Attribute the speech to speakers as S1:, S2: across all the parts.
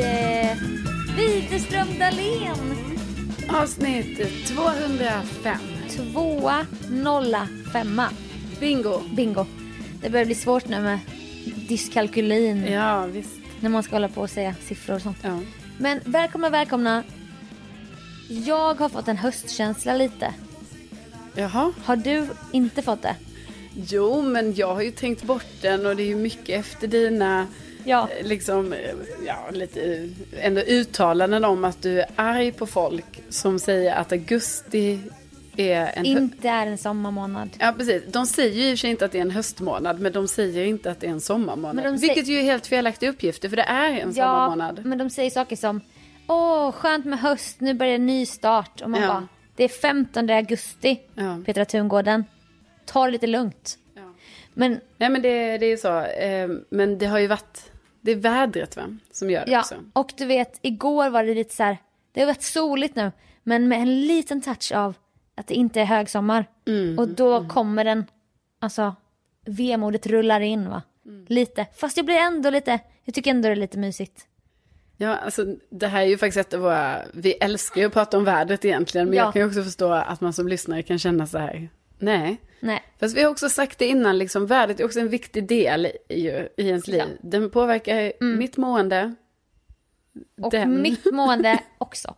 S1: eh, Widerström Dahlén.
S2: Avsnitt 205.
S1: Tvåa, nolla, femma.
S2: Bingo.
S1: Bingo. Det börjar bli svårt nu med dyskalkylin.
S2: Ja, visst.
S1: När man ska hålla på och säga siffror och sånt.
S2: Ja.
S1: Men välkomna, välkomna. Jag har fått en höstkänsla lite.
S2: Jaha.
S1: Har du inte fått det?
S2: Jo, men jag har ju tänkt bort den och det är ju mycket efter dina
S1: Ja.
S2: eh, liksom, eh, ja, lite eh, ändå uttalanden om att du är arg på folk som säger att augusti är en hö-
S1: Inte är en sommarmånad.
S2: Ja, precis. De säger ju i och för sig inte att det är en höstmånad, men de säger inte att det är en sommarmånad.
S1: Men de
S2: Vilket ju är helt felaktiga uppgifter, för det är en sommarmånad.
S1: men de säger saker som Åh, skönt med höst, nu börjar en ny start. Och man
S2: Ja.
S1: bara, det är 15 augusti,
S2: Ja.
S1: Petra Tungården. Ta det lite lugnt.
S2: Ja.
S1: Men
S2: Nej men det, det är ju så. Eh, men det har ju varit, det är vädret va, som gör det
S1: ja,
S2: också.
S1: och du vet, igår var det lite så här, det har varit soligt nu, men med en liten touch av att det inte är högsommar.
S2: Mm.
S1: Och då kommer den, alltså vemodet rullar in va.
S2: Mm.
S1: Lite, fast jag blir ändå lite, jag tycker ändå det är lite mysigt.
S2: Ja, alltså det här är ju faktiskt ett av våra, vi älskar ju att prata om vädret egentligen, men
S1: Ja.
S2: jag kan ju också förstå att man som lyssnare kan känna så här, nej.
S1: Nej,
S2: Fast vi har också sagt det innan, liksom, vädret är också en viktig del i, i i ens liv.
S1: Ja. Mm.
S2: Den påverkar mitt mående.
S1: och
S2: Den.
S1: mitt mående också.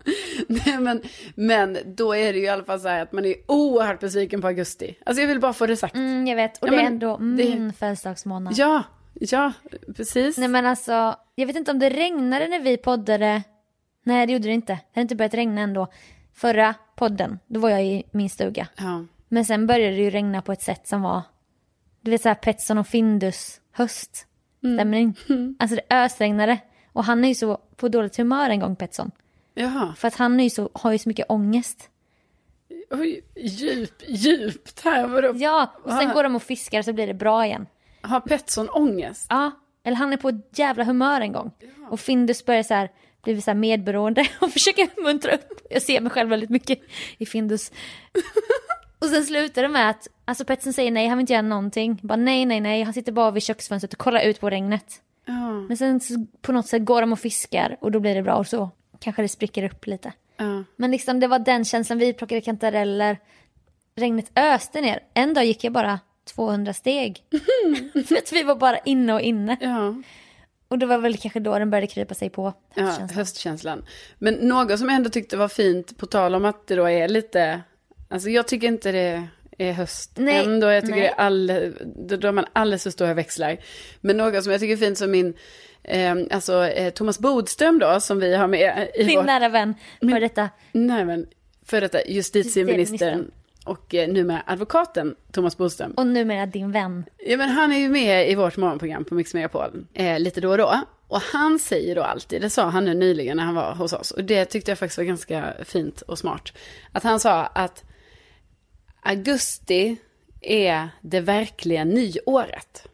S2: Nej, men, men då är det ju i alla fall så här att man är oerhört besviken på augusti. Alltså jag vill bara få det sagt.
S1: Mm, jag vet, och
S2: Ja,
S1: det är
S2: men
S1: ändå
S2: det-
S1: min födelsedagsmånad.
S2: Ja, ja, precis.
S1: Nej men alltså, jag vet inte om det regnade när vi poddade. Nej det gjorde det inte, det hade inte börjat regna ändå. Förra podden, då var jag i min stuga.
S2: ja.
S1: Men sen började det ju regna på ett sätt som var, du vet såhär Petson och Findus höst. Stämmer inte? Alltså det ösregnade. Och han är ju så på dåligt humör en gång Petson.
S2: Jaha.
S1: För att han är ju så, har ju så mycket ångest.
S2: Oj, djup, djupt här. Vadå?
S1: Ja, och sen
S2: Ah.
S1: går de och fiskar så blir det bra igen.
S2: Har Petson ångest?
S1: Ja, eller han är på ett jävla humör en gång. Och Findus börjar så här, blir så här medberoende och försöker muntra upp. Jag ser mig själv väldigt mycket i Findus. och sen slutar det med att, alltså Petsen säger nej, han vill inte göra någonting. Bara nej, nej, nej, han sitter bara vid köksfönstret och kollar ut på regnet.
S2: Ja.
S1: Men sen så, på något sätt går de och fiskar och då blir det bra och så. Kanske det spricker upp lite.
S2: ja.
S1: Men liksom det var den känslan, vi plockade kantareller, regnet öste ner. En dag gick jag bara 200 steg. För att vi var bara inne och inne.
S2: Ja,
S1: Och det var väl kanske då den började krypa sig på
S2: ja
S1: höstkänslan.
S2: höstkänslan. Men något som jag ändå tyckte var fint, på tal om att det då är lite, alltså jag tycker inte det är höst
S1: Nej,
S2: ändå, jag tycker
S1: nej.
S2: det är all, då drar man alldeles för stora växlar. Men något som jag tycker är fint som min, eh, alltså eh, Thomas Bodström då, som vi har med i
S1: Din
S2: vårt
S1: nära vän, för detta.
S2: Nej, men för detta justitieministern
S1: Justitieministern.
S2: och eh, numera advokaten Thomas Bodström.
S1: Och numera din vän.
S2: Ja, men han är ju med i vårt morgonprogram på Mix Megapol eh, lite då och då. Och han säger då alltid, det sa han nu nyligen när han var hos oss, och det tyckte jag faktiskt var ganska fint och smart. Att han sa att augusti är det verkliga nyåret.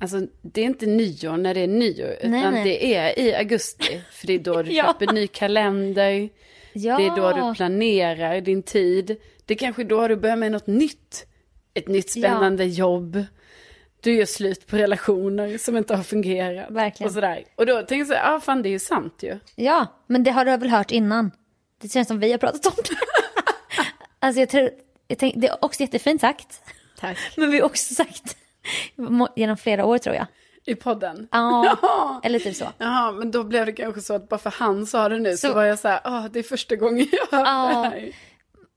S2: Alltså det är inte nyår när det är nyår, utan
S1: Mm. nej.
S2: det är i augusti. För det är då du
S1: Ja.
S2: köper ny kalender,
S1: Ja,
S2: det är då
S1: Ah.
S2: du planerar din tid. Det är kanske då du börjar med något nytt. Ett nytt spännande jobb. Du gör slut på relationer som inte har fungerat.
S1: Verkligen.
S2: Och, sådär. och då tänker jag så här, ja ah, fan det är ju sant ju.
S1: ja, men det har du väl hört innan? Det känns som vi har pratat om det. alltså jag tror, jag tänk, det är också jättefint sagt.
S2: Tack.
S1: Men vi har också sagt må- genom flera år tror jag.
S2: I podden.
S1: Ja,
S2: Ja.
S1: eller typ så.
S2: Jaha, men då blev det kanske så att bara för han sa det nu så,
S1: Så- Ah.
S2: var jag så här, ah, det är första gången jag hör
S1: Ja.
S2: det här.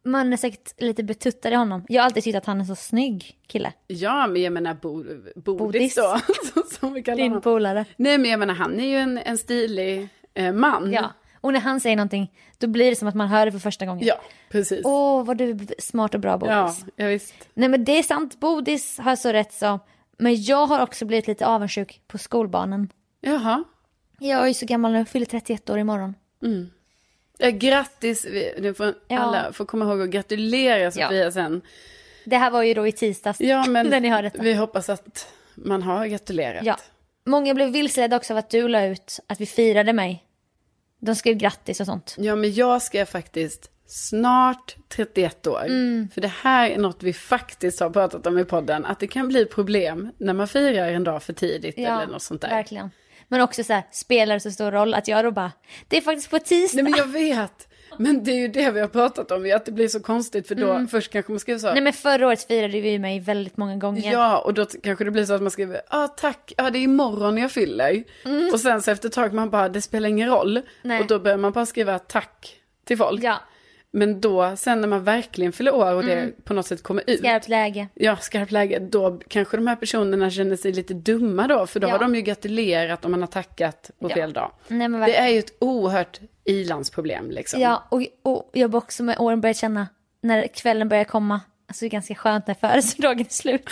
S1: Man är säkert lite betuttad i honom. Jag har alltid tyckt att han är så snygg kille.
S2: Ja, men jag menar bo, Bodis
S1: Bodis.
S2: då, som vi kallar
S1: Din
S2: honom.
S1: polare.
S2: Nej, men jag menar han är ju en, en stilig eh, man.
S1: Ja. Och när han säger någonting, då blir det som att man hör det för första gången.
S2: ja precis.
S1: Åh, vad du är smart och bra, Bodis.
S2: ja, ja, visst.
S1: Nej, men det är sant. Bodis har så rätt så. Men jag har också blivit lite avundsjuk på skolbarnen.
S2: Jaha.
S1: Jag är ju så gammal nu, jag fyller 31 år imorgon.
S2: Ja, grattis, Vi- nu får
S1: Ja.
S2: alla får komma ihåg att gratulera Sofia sen.
S1: Det här var ju då i tisdags,
S2: Ja, men
S1: när ni hör detta.
S2: vi hoppas att man har gratulerat.
S1: Ja. Många blev vilseledda också av att du la ut att vi firade mig. De skrev grattis och sånt.
S2: ja, men jag ska faktiskt snart 31 år.
S1: Mm.
S2: För det här är något vi faktiskt har pratat om i podden, att det kan bli problem när man firar en dag för tidigt eller något sånt där.
S1: verkligen. Men också så här, spelar det så stor roll att jag då bara, det är faktiskt på tisdag.
S2: Nej men jag vet. Men det är ju det vi har pratat om, ju, att det blir så konstigt för då
S1: Mm.
S2: först kanske man skriver så.
S1: Nej men förra året firade vi mig väldigt många gånger.
S2: Ja, och då t- kanske det blir så att man skriver, ja ah, tack, ja det är imorgon jag fyller. Och sen så efter ett tag man bara, det spelar ingen roll.
S1: Mm. Nej.
S2: Och då börjar man bara skriva tack till folk.
S1: Ja, Mm.
S2: Men då, sen när man verkligen fyller år och det på något sätt kommer ut,
S1: skarpt läge.
S2: ja, skarpt läge, då kanske de här personerna känner sig lite dumma då, för då
S1: Ja.
S2: har de ju gratulerat om man har tackat på
S1: Ja.
S2: fel dag.
S1: Nej men
S2: Det
S1: verkligen.
S2: är ju ett oerhört ilandsproblem liksom.
S1: Ja, och, och jag har också med åren börjat känna, när kvällen börjar komma, alltså det är ganska skönt när födelsedagen är slut.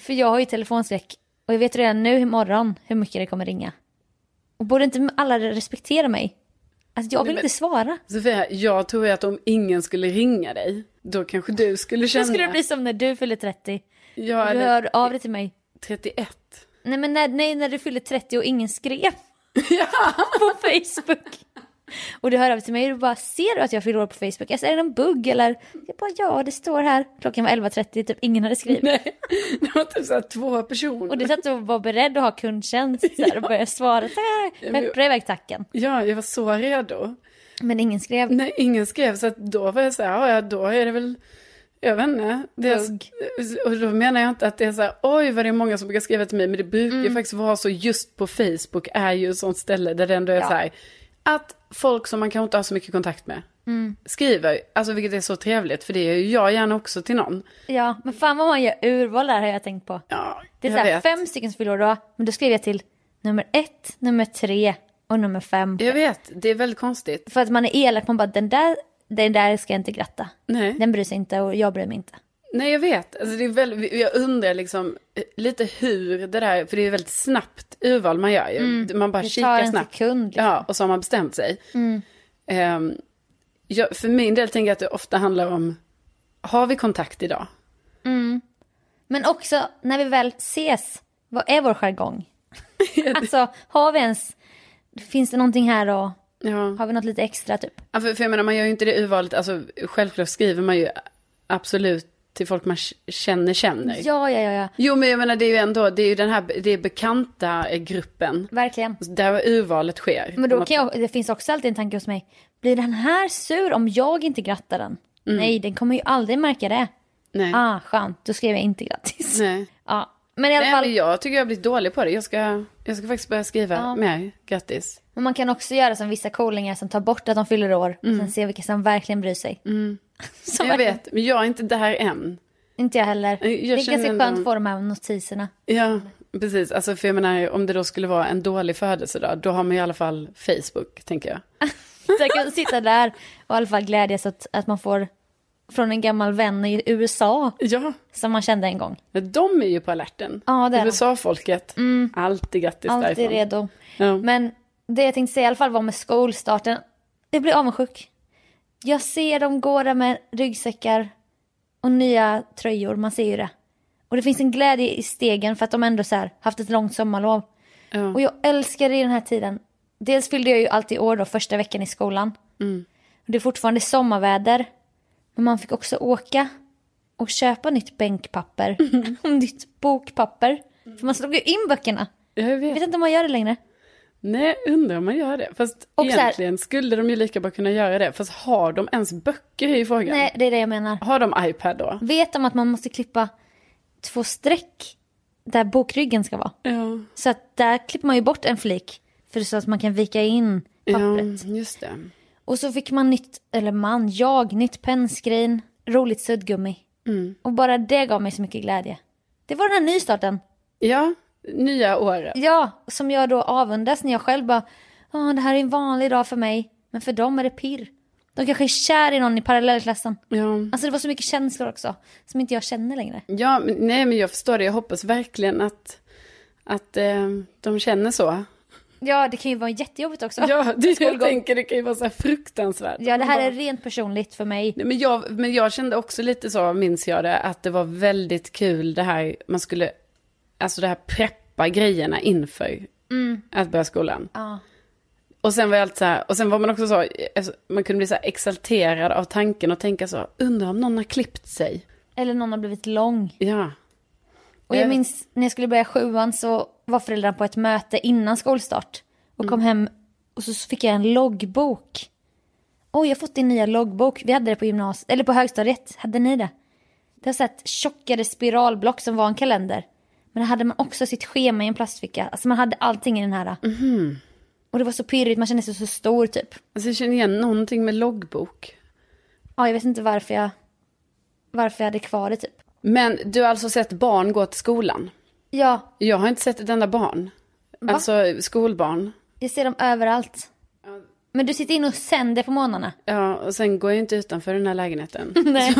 S1: För jag har ju telefonskräck och jag vet redan nu imorgon hur mycket det kommer ringa. Och borde inte alla respektera mig? Alltså jag vill
S2: men-
S1: inte svara.
S2: Sofia, jag tror ju att om ingen skulle ringa dig, då kanske du skulle
S1: Då
S2: känna...
S1: skulle det bli som när du fyller 30.
S2: Ja,
S1: Du
S2: eller
S1: hör av dig till mig.
S2: 31.
S1: Nej men när, nej, när du fyllde 30 och ingen skrev på Facebook. Och du hör av dig till mig och du bara ser du att jag fyller år på Facebook? Alltså är det en bugg eller? Jag bara ja det står här. Klockan var 11.30 typ ingen hade skrivit.
S2: Nej, det var typ såhär två personer.
S1: Och du satt och var beredd att ha kundtjänst så här, och började svara.
S2: men-
S1: Peppra iväg tacken.
S2: Ja, jag var så redo.
S1: Men ingen skrev.
S2: Nej, ingen skrev så att då var jag såhär, ja då är det väl, jag vet inte. Det är,
S1: Bugg.
S2: och då menar jag inte att det är såhär, oj vad det är många som brukar skriva till mig, men det brukar
S1: Mm.
S2: ju faktiskt vara så just på Facebook är ju ett sånt ställe där det ändå är
S1: Ja.
S2: såhär, att folk som man kanske inte har så mycket kontakt med
S1: Mm.
S2: skriver, alltså vilket är så trevligt, för det är ju jag gärna också till någon.
S1: Ja men fan vad man gör urval där har jag tänkt på.
S2: Ja,
S1: Det är
S2: jag
S1: så här,
S2: vet.
S1: fem stycken som fyller år då. Men då skrev jag till nummer ett, nummer tre och nummer fem.
S2: Jag vet, det är väldigt konstigt.
S1: För att man är elak, man bara den där, den där ska jag inte gratta.
S2: Nej.
S1: Den bryr sig inte och jag bryr mig inte.
S2: Nej jag vet, alltså det är väldigt, jag undrar liksom eh, lite hur det där, för det är väldigt snabbt urval man gör ju. Man bara
S1: Mm. Det tar
S2: kikar
S1: en
S2: snabbt.
S1: sekund. Mm. Liksom.
S2: Ja, och så har man bestämt sig. Ehm, jag, för min del tänker jag att det ofta handlar om, har vi kontakt idag?
S1: Men också när vi väl ses, vad är vår jargong? alltså har vi ens, finns det någonting här och
S2: Ja.
S1: har vi något lite extra typ?
S2: Ja, För, för jag menar, man gör ju inte det urvalet, alltså självklart skriver man ju absolut till folk man k- känner känner.
S1: Ja, ja, ja, ja.
S2: Jo men jag menar det är ju ändå, det är ju den här, det är bekanta eh, gruppen.
S1: verkligen.
S2: Där urvalet sker.
S1: Men då
S2: Något-
S1: kan jag, det finns också alltid en tanke hos mig, blir den här sur om jag inte grattar den?
S2: Mm.
S1: Nej, den kommer ju aldrig märka det.
S2: Nej.
S1: Ah, skönt, då skrev jag inte grattis.
S2: Nej.
S1: Ja. Men i alla
S2: Nej,
S1: fall,
S2: men jag tycker jag har blivit dålig på det. Jag ska, jag ska faktiskt börja skriva mer. Grattis.
S1: Men man kan också göra som vissa coolingar som tar bort att de fyller år och sen se vilka som verkligen bryr sig. Som
S2: Mm. Jag
S1: verkligen-
S2: vet, men jag är inte där än.
S1: Inte jag heller. det är
S2: känner
S1: ganska
S2: ändå-
S1: skönt att få de här notiserna.
S2: Ja, precis. Alltså, för jag menar, om det då skulle vara en dålig födelsedag, då har man i alla fall Facebook, tänker jag.
S1: Så jag kan sitta där och i alla fall glädjas att, att man får från en gammal vän i USA
S2: Ja,
S1: som man kände en gång.
S2: men de är ju på alerten.
S1: Ja, det är de. Mm.
S2: USA-folket. Alltid grattis
S1: Alltid
S2: därifrån.
S1: redo.
S2: Ja.
S1: Men det jag tänkte säga i alla fall var med skolstarten. Jag blir avundsjuk. Jag ser dem gå där med ryggsäckar och nya tröjor, man ser ju det. Och det finns en glädje i stegen för att de ändå så här, haft ett långt sommarlov.
S2: Ja.
S1: Och jag älskar det i den här tiden. Dels fyllde jag ju alltid år då, första veckan i skolan. Och det är fortfarande sommarväder. Men man fick också åka och köpa nytt bänkpapper. nytt bokpapper. För man slog ju in böckerna.
S2: Jag
S1: Jag
S2: vet.
S1: vet inte om man gör det längre.
S2: Nej, undrar om man gör det. Fast
S1: Och så här-
S2: egentligen skulle de ju lika bra kunna göra det. Fast har de ens böcker i frågan?
S1: Nej, det är det jag menar.
S2: Har de iPad då?
S1: Vet de att man måste klippa två streck där bokryggen ska vara?
S2: Ja,
S1: Så att där klipper man ju bort en flik för så att man kan vika in
S2: ja
S1: pappret.
S2: just det.
S1: Och så fick man nytt, eller man, jag, nytt pennskrin, roligt suddgummi. Och bara det gav mig så mycket glädje. Det var den här nystarten.
S2: Ja, nya året.
S1: Ja, som jag då avundas när jag själv bara, ja det här är en vanlig dag för mig, men för dem är det pirr. De kanske är kär i någon i parallellklassen.
S2: Ja.
S1: Alltså det var så mycket känslor också, som inte jag känner längre.
S2: Ja, men, nej men jag förstår det. Jag hoppas verkligen att, att eh, de känner så.
S1: Ja, det kan ju vara jättejobbigt också.
S2: Ja, det, jag
S1: skolgång.
S2: tänker det kan ju vara så här fruktansvärt.
S1: Ja, det här är
S2: Bara-
S1: rent personligt för mig.
S2: Nej, Men jag, men jag kände också lite så, minns jag det, att det var väldigt kul det här, man skulle, alltså det här preppa grejerna inför
S1: Mm.
S2: att börja skolan.
S1: Ja.
S2: Och sen var jag alltid så här, och sen var man också så, alltså, man kunde bli så här exalterad av tanken och tänka så, undrar om någon har klippt sig.
S1: Eller någon har blivit lång.
S2: Ja.
S1: Och jag minns när jag skulle börja sjuan så var föräldrarna på ett möte innan skolstart. Och kom hem och så fick jag en loggbok. Oj, jag har fått din nya loggbok. Vi hade det på gymnasiet, eller på högstadiet. Hade ni det? Det var så här ett tjockare spiralblock som var en kalender. Men där hade man också sitt schema i en plastficka. Alltså man hade allting i den här. Och det var så pirrigt, man kände sig så stor typ.
S2: Alltså jag känner igen någonting med loggbok.
S1: Ja, jag vet inte varför jag, varför jag hade kvar det typ.
S2: Men du har alltså sett barn gå till skolan?
S1: Ja,
S2: Jag har inte sett ett enda barn.
S1: Va?
S2: Alltså skolbarn.
S1: jag ser dem överallt. Men du sitter inne och sänder på morgnarna.
S2: Ja, och sen går jag inte utanför den här lägenheten.
S1: Nej.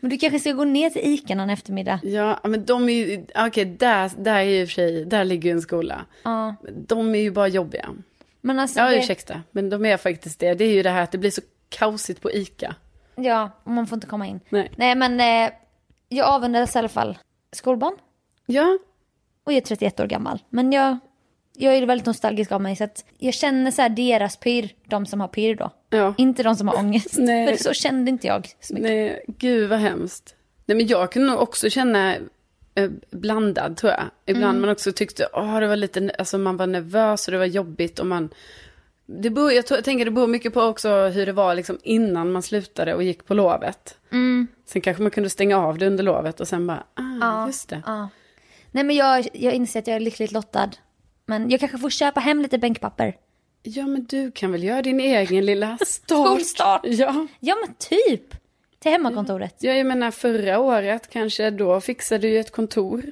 S1: Men du kanske ska gå ner till ICA någon eftermiddag.
S2: Ja, men de är ju, okej, där, där är ju i och för sig, där ligger ju en skola.
S1: Ja.
S2: De är ju bara jobbiga.
S1: Men alltså,
S2: Ja,
S1: det-
S2: ursäkta, men de är faktiskt det. Det är ju det här att det blir så kaosigt på ICA.
S1: ja, och man får inte komma in.
S2: Nej.
S1: Nej men eh, jag avundades i alla fall skolbarn.
S2: Ja,
S1: Och jag är 31 år gammal. Men jag, jag är väldigt nostalgisk av mig så att jag känner så här deras pirr, de som har pirr då.
S2: ja.
S1: Inte de som har ångest.
S2: Nej.
S1: För så kände inte jag så mycket.
S2: Nej, gud vad hemskt. Nej, men jag kunde nog också känna eh, blandad tror jag. Ibland
S1: Mm.
S2: man också tyckte, åh, det var lite, alltså man var nervös och det var jobbigt och man... Det beror, jag, tror, jag tänker det beror mycket på också hur det var liksom innan man slutade och gick på lovet. Sen kanske man kunde stänga av det under lovet och sen bara, ah, just det.
S1: Mm. Ja. Nej men jag, jag inser att jag är lyckligt lottad. Men jag kanske får köpa hem lite bänkpapper.
S2: Ja, men du kan väl göra din egen lilla start.
S1: Skolstart.
S2: Ja.
S1: Ja men typ! Till hemmakontoret.
S2: Ja, jag menar förra året kanske, då fixade du ju ett kontor.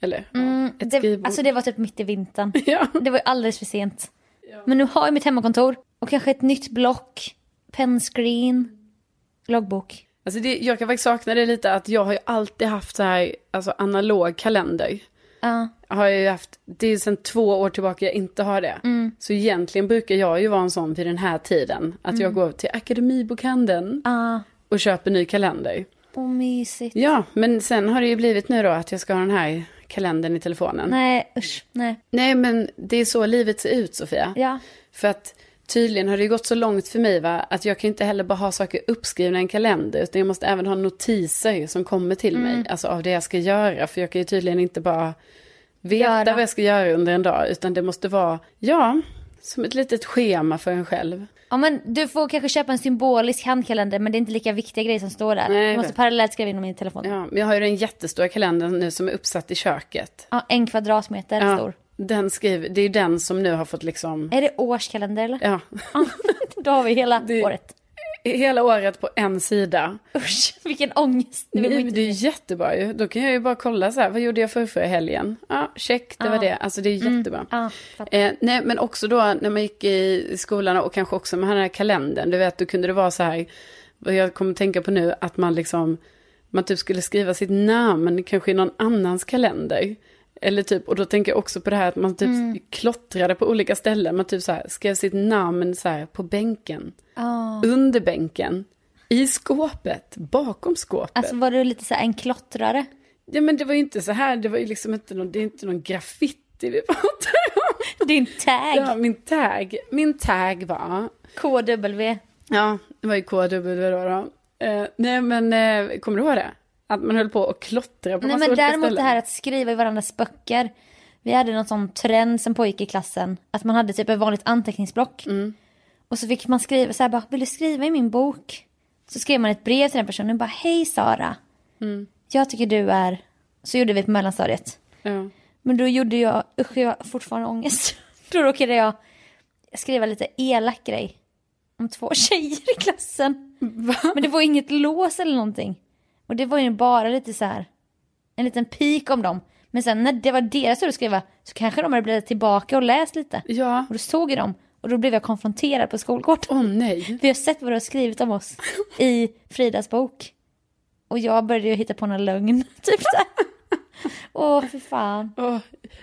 S2: Eller ja, Mm. ett
S1: Det,
S2: skrivbord.
S1: alltså det var typ mitt i vintern.
S2: ja.
S1: Det var ju alldeles för sent. Men nu har jag mitt hemmakontor och kanske ett nytt block, pennscreen, loggbok.
S2: Alltså det, jag kan faktiskt sakna det lite att jag har ju alltid haft så här, alltså analog kalender.
S1: Ja,
S2: Har jag ju haft, det är ju sedan två år tillbaka jag inte har det. Så egentligen brukar jag ju vara en sån vid den här tiden. Att jag går till Akademibokhandeln
S1: ja.
S2: och köper ny kalender.
S1: Åh mysigt.
S2: Ja, men sen har det ju blivit nu då att jag ska ha den här kalendern i telefonen. Nej,
S1: Nej usch, nej.
S2: men det är så livet ser ut Sofia.
S1: Ja.
S2: För att tydligen har det ju gått så långt för mig va, att jag kan inte heller bara ha saker uppskrivna i en kalender, utan jag måste även ha notiser som kommer till mig, alltså av det jag ska göra, för jag kan ju tydligen inte bara veta
S1: Göra.
S2: vad jag ska göra under en dag, utan det måste vara, ja, som ett litet schema för en själv.
S1: ja men du får kanske köpa en symbolisk handkalender men det är inte lika viktiga grejer som står där.
S2: Nej, jag
S1: du måste
S2: vet.
S1: parallellt skriva in dem i telefonen. Ja.
S2: Ja, men jag har ju den jättestora kalendern nu som är uppsatt i köket.
S1: en kvadratmeter
S2: Ja,
S1: stor.
S2: den skriver, det är ju den som nu har fått liksom,
S1: Är det årskalender eller?
S2: ja,
S1: Då har vi hela
S2: Det-
S1: året.
S2: hela året på en sida.
S1: Usch, vilken ångest. Det vill man
S2: Nej,
S1: ju
S2: men
S1: inte.
S2: det är jättebra ju. Då kan jag ju bara kolla så här, vad gjorde jag för förra helgen? Ja, check, det var det. Alltså det är jättebra.
S1: Ja, fattar.
S2: Eh, nej, men också då när man gick i skolan och kanske också med den här kalendern, du vet, då kunde det vara så här, vad jag kommer tänka på nu, att man liksom, man typ skulle skriva sitt namn kanske i någon annans kalender. Eller typ, och då tänker jag också på det här att man typ klottrade på olika ställen, man typ så här, skrev sitt namn så här på bänken,
S1: Ja.
S2: under bänken, i skåpet, bakom skåpet.
S1: Alltså var du lite så här en klottrare?
S2: Ja men det var ju inte så här, det var ju liksom inte någon, det är inte någon graffiti vi pratar om.
S1: Din tag,
S2: Ja, min tag, min tag var,
S1: KW.
S2: ja det var ju KW då. då. Eh, nej men eh, kommer du ihåg det? Att man höll på och klottra på
S1: Nej
S2: massa
S1: men
S2: olika
S1: däremot det
S2: ställen.
S1: här att skriva i varandras böcker. Vi hade någon sån trend som pågick i klassen. Att man hade typ ett vanligt anteckningsblock. Och så fick man skriva så här bara, vill du skriva i min bok? Så skrev man ett brev till den personen bara, hej Sara. Jag tycker du är... Så gjorde vi på mellanstadiet.
S2: Ja.
S1: Men då gjorde jag, usch jag har fortfarande ångest. Då råkade jag skriva lite elak grej. Om två tjejer i klassen. Men det var inget lås eller någonting. Och det var ju bara lite så här. En liten pik om dem. Men sen när det var deras tur att skriva så kanske de hade blivit tillbaka och läst lite.
S2: Ja,
S1: Och då såg jag dem och då blev jag konfronterad på skolgården.
S2: åh nej.
S1: Vi har sett vad du har skrivit om oss i Fridas bok. Och jag började ju hitta på någon lögn. Typ så här. Åh, för fan.
S2: Åh,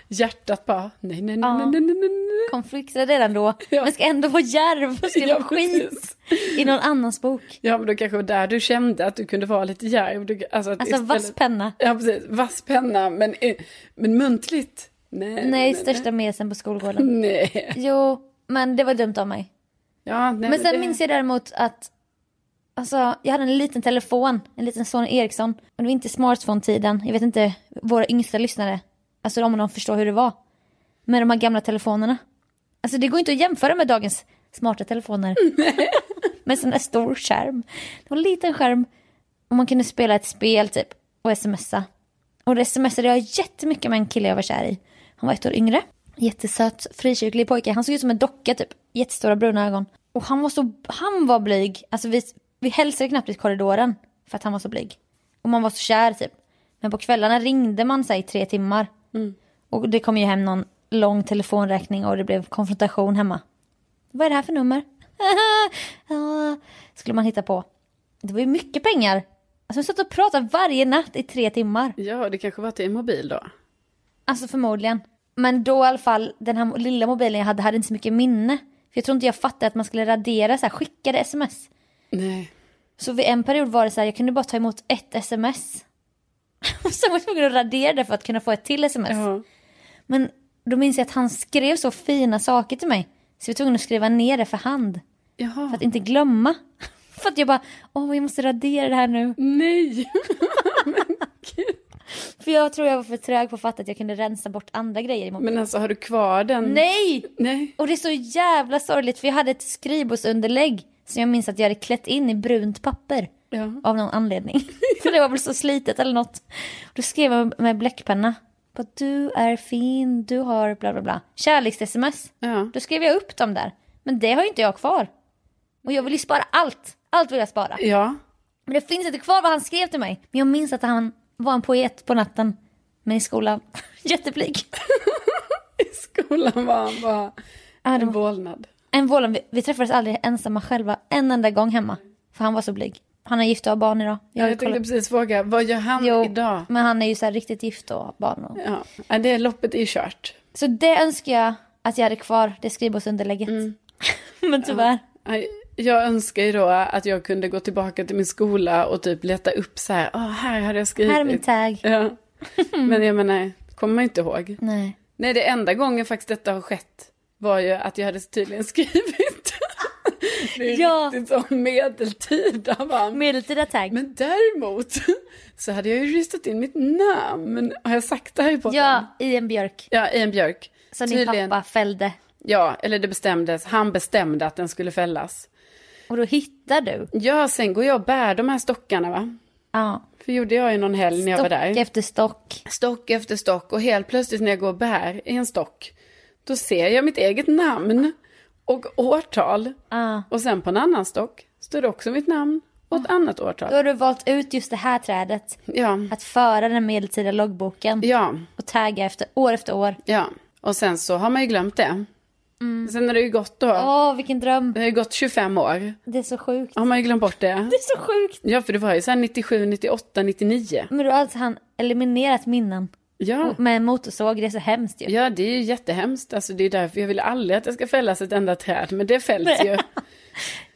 S2: hjärtat bara, nej nej nej
S1: Ja.
S2: nej nej nej, nej.
S1: konfliktad redan då,
S2: Ja.
S1: men ska ändå vara djärv och skriva
S2: Ja,
S1: skit
S2: precis.
S1: i någon annans bok.
S2: Ja men då kanske där du kände att du kunde vara lite djärv. Du, alltså att
S1: Alltså vass
S2: istället-
S1: penna.
S2: Ja precis, vass penna men, eh, men muntligt. Nej,
S1: Nej, största mesen på skolgården.
S2: Nej.
S1: Jo, men det var dumt av mig.
S2: Ja, nej,
S1: Men sen
S2: det-
S1: minns jag däremot att Alltså, jag hade en liten telefon, en liten Sony Ericsson. Och det var inte smartphone-tiden. Jag vet inte, våra yngsta lyssnare. Alltså om de förstår hur det var. Med de här gamla telefonerna. Alltså det går inte att jämföra med dagens smarta telefoner. med sån där stor skärm. Det var en liten skärm. Och man kunde spela ett spel typ. Och smsa. Och det smsade jag jättemycket med en kille jag var kär i. Han var ett år yngre. Jättesöt, frikyrklig pojke. Han såg ut som en docka typ. Jättestora bruna ögon. Och han var så, han var blyg. Alltså vi, vi hälsade knappt i korridoren. För att han var så blyg. Och man var så kär typ. Men på kvällarna ringde man sig i tre timmar. Och det kom ju hem någon lång telefonräkning och det blev konfrontation hemma. Vad är det här för nummer? Ja, Skulle man hitta på. Det var ju mycket pengar. Alltså vi satt och pratade varje natt i tre timmar.
S2: Ja, det kanske var till en mobil då.
S1: Alltså förmodligen. Men då i alla fall, den här lilla mobilen jag hade hade inte så mycket minne. För jag tror inte jag fattade att man skulle radera så här, skickade sms.
S2: Nej.
S1: Så vid en period var det så här, jag kunde bara ta emot ett sms. Och sen var jag tvungen att radera det för att kunna få ett till sms.
S2: Ja.
S1: Men då minns jag att han skrev så fina saker till mig. Så jag var tvungen att skriva ner det för hand.
S2: Jaha.
S1: För att inte glömma. För att jag bara, åh jag måste radera det här nu.
S2: Nej.
S1: För jag tror jag var för trög på att fatta att jag kunde rensa bort andra grejer i mobilen.
S2: Men alltså har du kvar den?
S1: Nej!
S2: Nej.
S1: Och det är så jävla sorgligt för jag hade ett skrivbordsunderlägg som jag minns att jag hade klätt in i brunt papper.
S2: Ja.
S1: Av någon anledning. För det var väl så slitet eller något. Då skrev jag med bläckpenna. På du är fin, du har bla bla bla. Kärleks-sms.
S2: Ja.
S1: Då skrev jag upp dem där. Men det har ju inte jag kvar. Och jag vill ju spara allt. Allt vill jag spara.
S2: Ja.
S1: Men det finns inte kvar vad han skrev till mig. Men jag minns att han var en poet på natten. Men i skolan, jätteblyg.
S2: I skolan var han bara
S1: Ja, det
S2: en
S1: var-
S2: vålnad.
S1: En vålan, vi, vi träffades aldrig ensamma själva en enda gång hemma. För han var så blyg. Han är gift och har barn idag.
S2: Jag,
S1: har
S2: jag tänkte
S1: kollat-
S2: precis fråga, vad gör han
S1: Jo,
S2: idag?
S1: men han är ju så här riktigt gift och har barn. Och...
S2: Ja. Ja, det loppet är kört.
S1: Så det önskar jag att jag hade kvar, det skrivbordsunderlägget.
S2: Mm.
S1: men tyvärr.
S2: Nej, Jag önskar ju då att jag kunde gå tillbaka till min skola och typ leta upp så här, "Ah, här hade jag skrivit.
S1: Här är min tag.
S2: ja. Men jag menar, kommer man ju inte ihåg.
S1: Nej.
S2: Nej, det enda gången faktiskt detta har skett var ju att jag hade tydligen skrivit. det är
S1: Ja.
S2: riktigt som medeltida va.
S1: Medeltida tag.
S2: Men däremot så hade jag ju ristat in mitt namn. Har jag sagt det här i podden?
S1: Ja, i en björk.
S2: Ja, i en björk.
S1: Som din pappa fällde.
S2: Ja, eller det bestämdes. Han bestämde att den skulle fällas.
S1: Och då hittar du.
S2: Ja, sen går jag och bär de här stockarna va.
S1: Ja.
S2: För gjorde jag ju någon helg när jag var
S1: Stock
S2: där.
S1: efter stock.
S2: Stock efter stock och helt plötsligt när jag går och bär i en stock. Då ser jag mitt eget namn och årtal.
S1: Ja.
S2: Och sen på en annan stock står det också mitt namn och ett annat
S1: Då
S2: årtal.
S1: har du valt ut just det här trädet.
S2: Ja,
S1: Att föra den medeltida loggboken.
S2: ja,
S1: Och tagga efter, år efter år.
S2: ja. Och sen så har man ju glömt det. Sen har det ju gått då.
S1: Åh, vilken dröm.
S2: Det har ju gått 25 år.
S1: Det är så sjukt.
S2: Har man ju glömt bort det.
S1: Det är så sjukt.
S2: Ja, för det var ju så här 97, 98, 99.
S1: Men då har alltså han eliminerat minnen.
S2: Ja.
S1: Och Med en motorsåg, det är så hemskt ju.
S2: Mm. Ja, det är ju jättehemskt. Alltså, det är därför jag vill aldrig att det ska fällas ett enda träd. Men det fälls ju.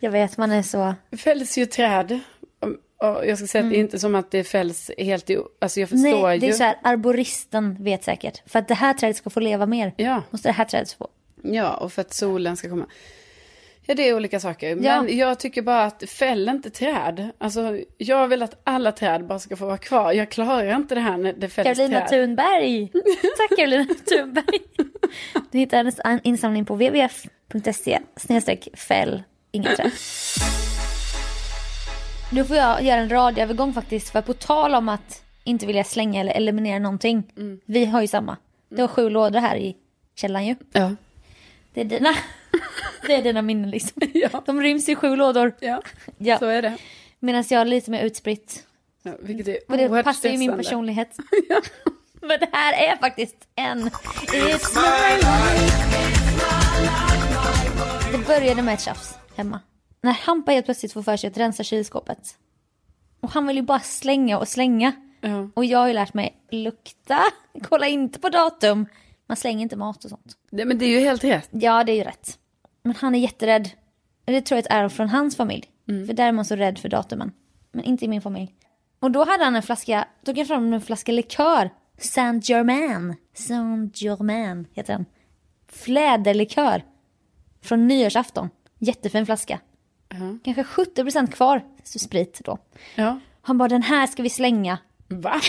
S1: Jag vet, man är så...
S2: Det fälls ju träd. Och- och Jag ska säga att det är inte som att det fälls helt i... Alltså jag förstår
S1: Mm. Nej, det är
S2: ju.
S1: så här, arboristen vet säkert. För att det här trädet ska få leva mer.
S2: Ja,
S1: Måste det här trädet få.
S2: ja, och för att solen ska komma. Ja, det är olika saker.
S1: Ja.
S2: Men jag tycker bara att fäll inte träd. Alltså, jag vill att alla träd bara ska få vara kvar. Jag klarar inte det här när det fälls
S1: Carolina
S2: träd.
S1: Thunberg! Tack Carolina Thunberg! Du hittar hennes an- insamling på wwf.se snedstreck fäll inga träd. Nu får jag göra en radioövergång faktiskt för på tal om att inte vilja slänga eller eliminera någonting.
S2: Mm.
S1: Vi har ju samma. Du har sju lådor här i källaren ju.
S2: Ja.
S1: Det är dina, det är dina minnen liksom.
S2: Ja.
S1: De ryms i sju lådor.
S2: ja, så
S1: Ja.
S2: är det.
S1: Medan jag är lite mer utspritt.
S2: Ja, vilket är
S1: Och det
S2: oerhört
S1: passar ju min
S2: stressande.
S1: personlighet. Men det här är faktiskt en. It's my- Det började med ett tjafs hemma. När Hampa helt plötsligt får för sig att rensa kylskåpet. Och han vill ju bara slänga och slänga.
S2: Ja.
S1: Och jag har ju lärt mig lukta, kolla inte på datum. Man slänger inte mat och sånt.
S2: Nej, men det är ju helt rätt.
S1: Ja, det är ju rätt. Men han är jätterädd. Det tror jag är ett arv från hans familj. För där är man så rädd för datumen. Men inte i min familj. Och då hade han en flaska, tog han fram en flaska likör. Saint Germain. Saint Germain heter den. Fläderlikör. Från nyårsafton. Jättefin flaska.
S2: Ja.
S1: Kanske 70% kvar sprit då.
S2: ja.
S1: Han bara den här ska vi slänga.
S2: Va?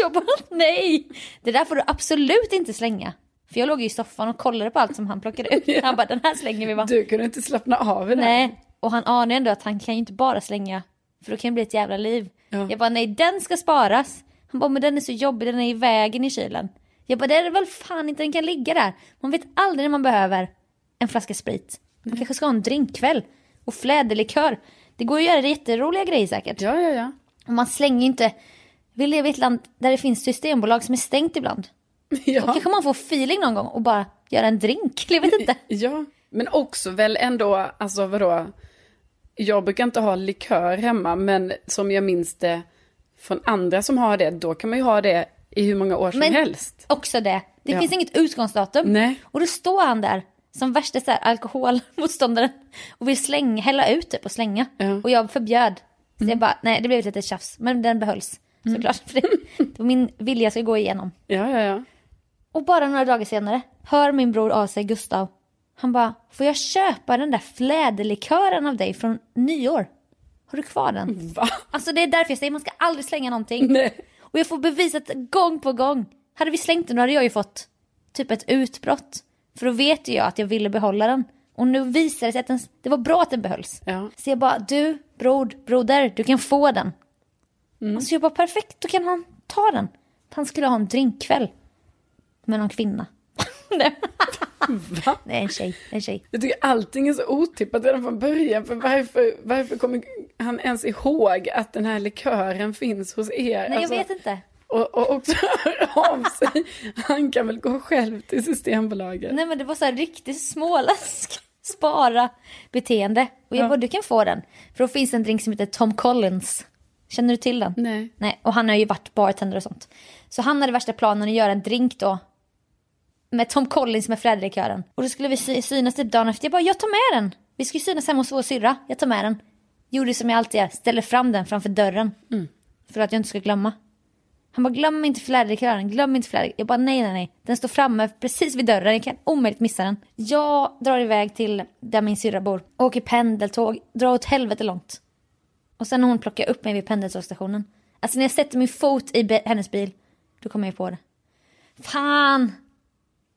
S1: Jag bara nej, det där får du absolut inte slänga. För jag låg ju i soffan och kollade på allt som han plockade ut. Han bara den här slänger vi bara.
S2: Du kunde inte slappna av i det?
S1: Nej, och han anar ändå att han kan ju inte bara slänga. För då kan det bli ett jävla liv.
S2: Ja.
S1: Jag bara nej den ska sparas. Han bara men den är så jobbig, den är i vägen i kylen. Jag bara det är väl fan inte den kan ligga där. Man vet aldrig när man behöver en flaska sprit.
S2: Mm.
S1: Man kanske ska ha en drinkkväll och fläderlikör. Det går ju att göra jätteroliga grejer säkert.
S2: Ja, ja, ja.
S1: Och man slänger ju inte... Vi lever i ett land där det finns systembolag som är stängt ibland.
S2: Ja.
S1: Kanske man får feeling någon gång och bara göra en drink. Jag vet inte.
S2: ja. Men också väl ändå, alltså vadå? Jag brukar inte ha likör hemma, men som jag minns det från andra som har det, då kan man ju ha det i hur många år som
S1: Men-
S2: helst.
S1: Också det. Det
S2: Ja.
S1: finns inget utgångsdatum.
S2: Nej.
S1: Och då står han där som värsta så här, alkoholmotståndaren och vill slänga, hälla ut typ och slänga.
S2: Ja. Mm.
S1: Och jag förbjöd. Så jag bara, nej det blev ett litet tjafs. Men den behölls såklart. För det, det var min vilja ska gå igenom.
S2: Ja, ja, ja.
S1: Och bara några dagar senare hör min bror av sig, Gustav. Han bara, får jag köpa den där fläderlikören av dig från nyår? Har du kvar den?
S2: Va?
S1: Alltså det är därför jag säger, man ska aldrig slänga någonting.
S2: Nej.
S1: Och jag får bevisat gång på gång. Hade vi slängt den då hade jag ju fått typ ett utbrott. För då vet ju jag att jag ville behålla den. Och nu visar det sig att den, det var bra att den behölls.
S2: Ja.
S1: Så jag bara, du bror, broder, du kan få den.
S2: Mm.
S1: Och så jag bara, perfekt, då kan han ta den. Han skulle ha en drinkkväll. Med någon kvinna. Nej,
S2: Va?
S1: Nej, en tjej, en tjej.
S2: Jag tycker allting är så otippat redan från början. För varför, varför kommer han ens ihåg att den här likören finns hos er?
S1: Nej, jag
S2: Alltså,
S1: vet inte.
S2: Och, och också höra av sig. Han kan väl gå själv till Systembolaget.
S1: Nej men det var så här riktigt småländsk spara beteende. Och jag
S2: Ja.
S1: bara, du kan få den. För då finns det en drink som heter Tom Collins. Känner du till den?
S2: Nej.
S1: Nej, och han har ju varit bartender och sånt. Så han hade värsta planen att göra en drink då. Med Tom Collins med Fredrik-kören. Och då skulle vi sy- synas typ dagen efter. Jag bara, jag tar med den. Vi ska ju synas hemma hos vår syrra. Jag tar med den. Gjorde som jag alltid gör, ställer fram den framför dörren. För att jag inte ska glömma. Han bara, glöm inte fläderkören, glöm inte fläderkören. Jag bara, nej, nej, nej. Den står framme precis vid dörren, jag kan omöjligt missa den. Jag drar iväg till där min syrra bor. Åker pendeltåg, drar åt helvete långt. Och sen när hon plockar upp mig vid pendeltågsstationen. Alltså när jag sätter min fot i be- hennes bil, då kommer jag på det. Fan!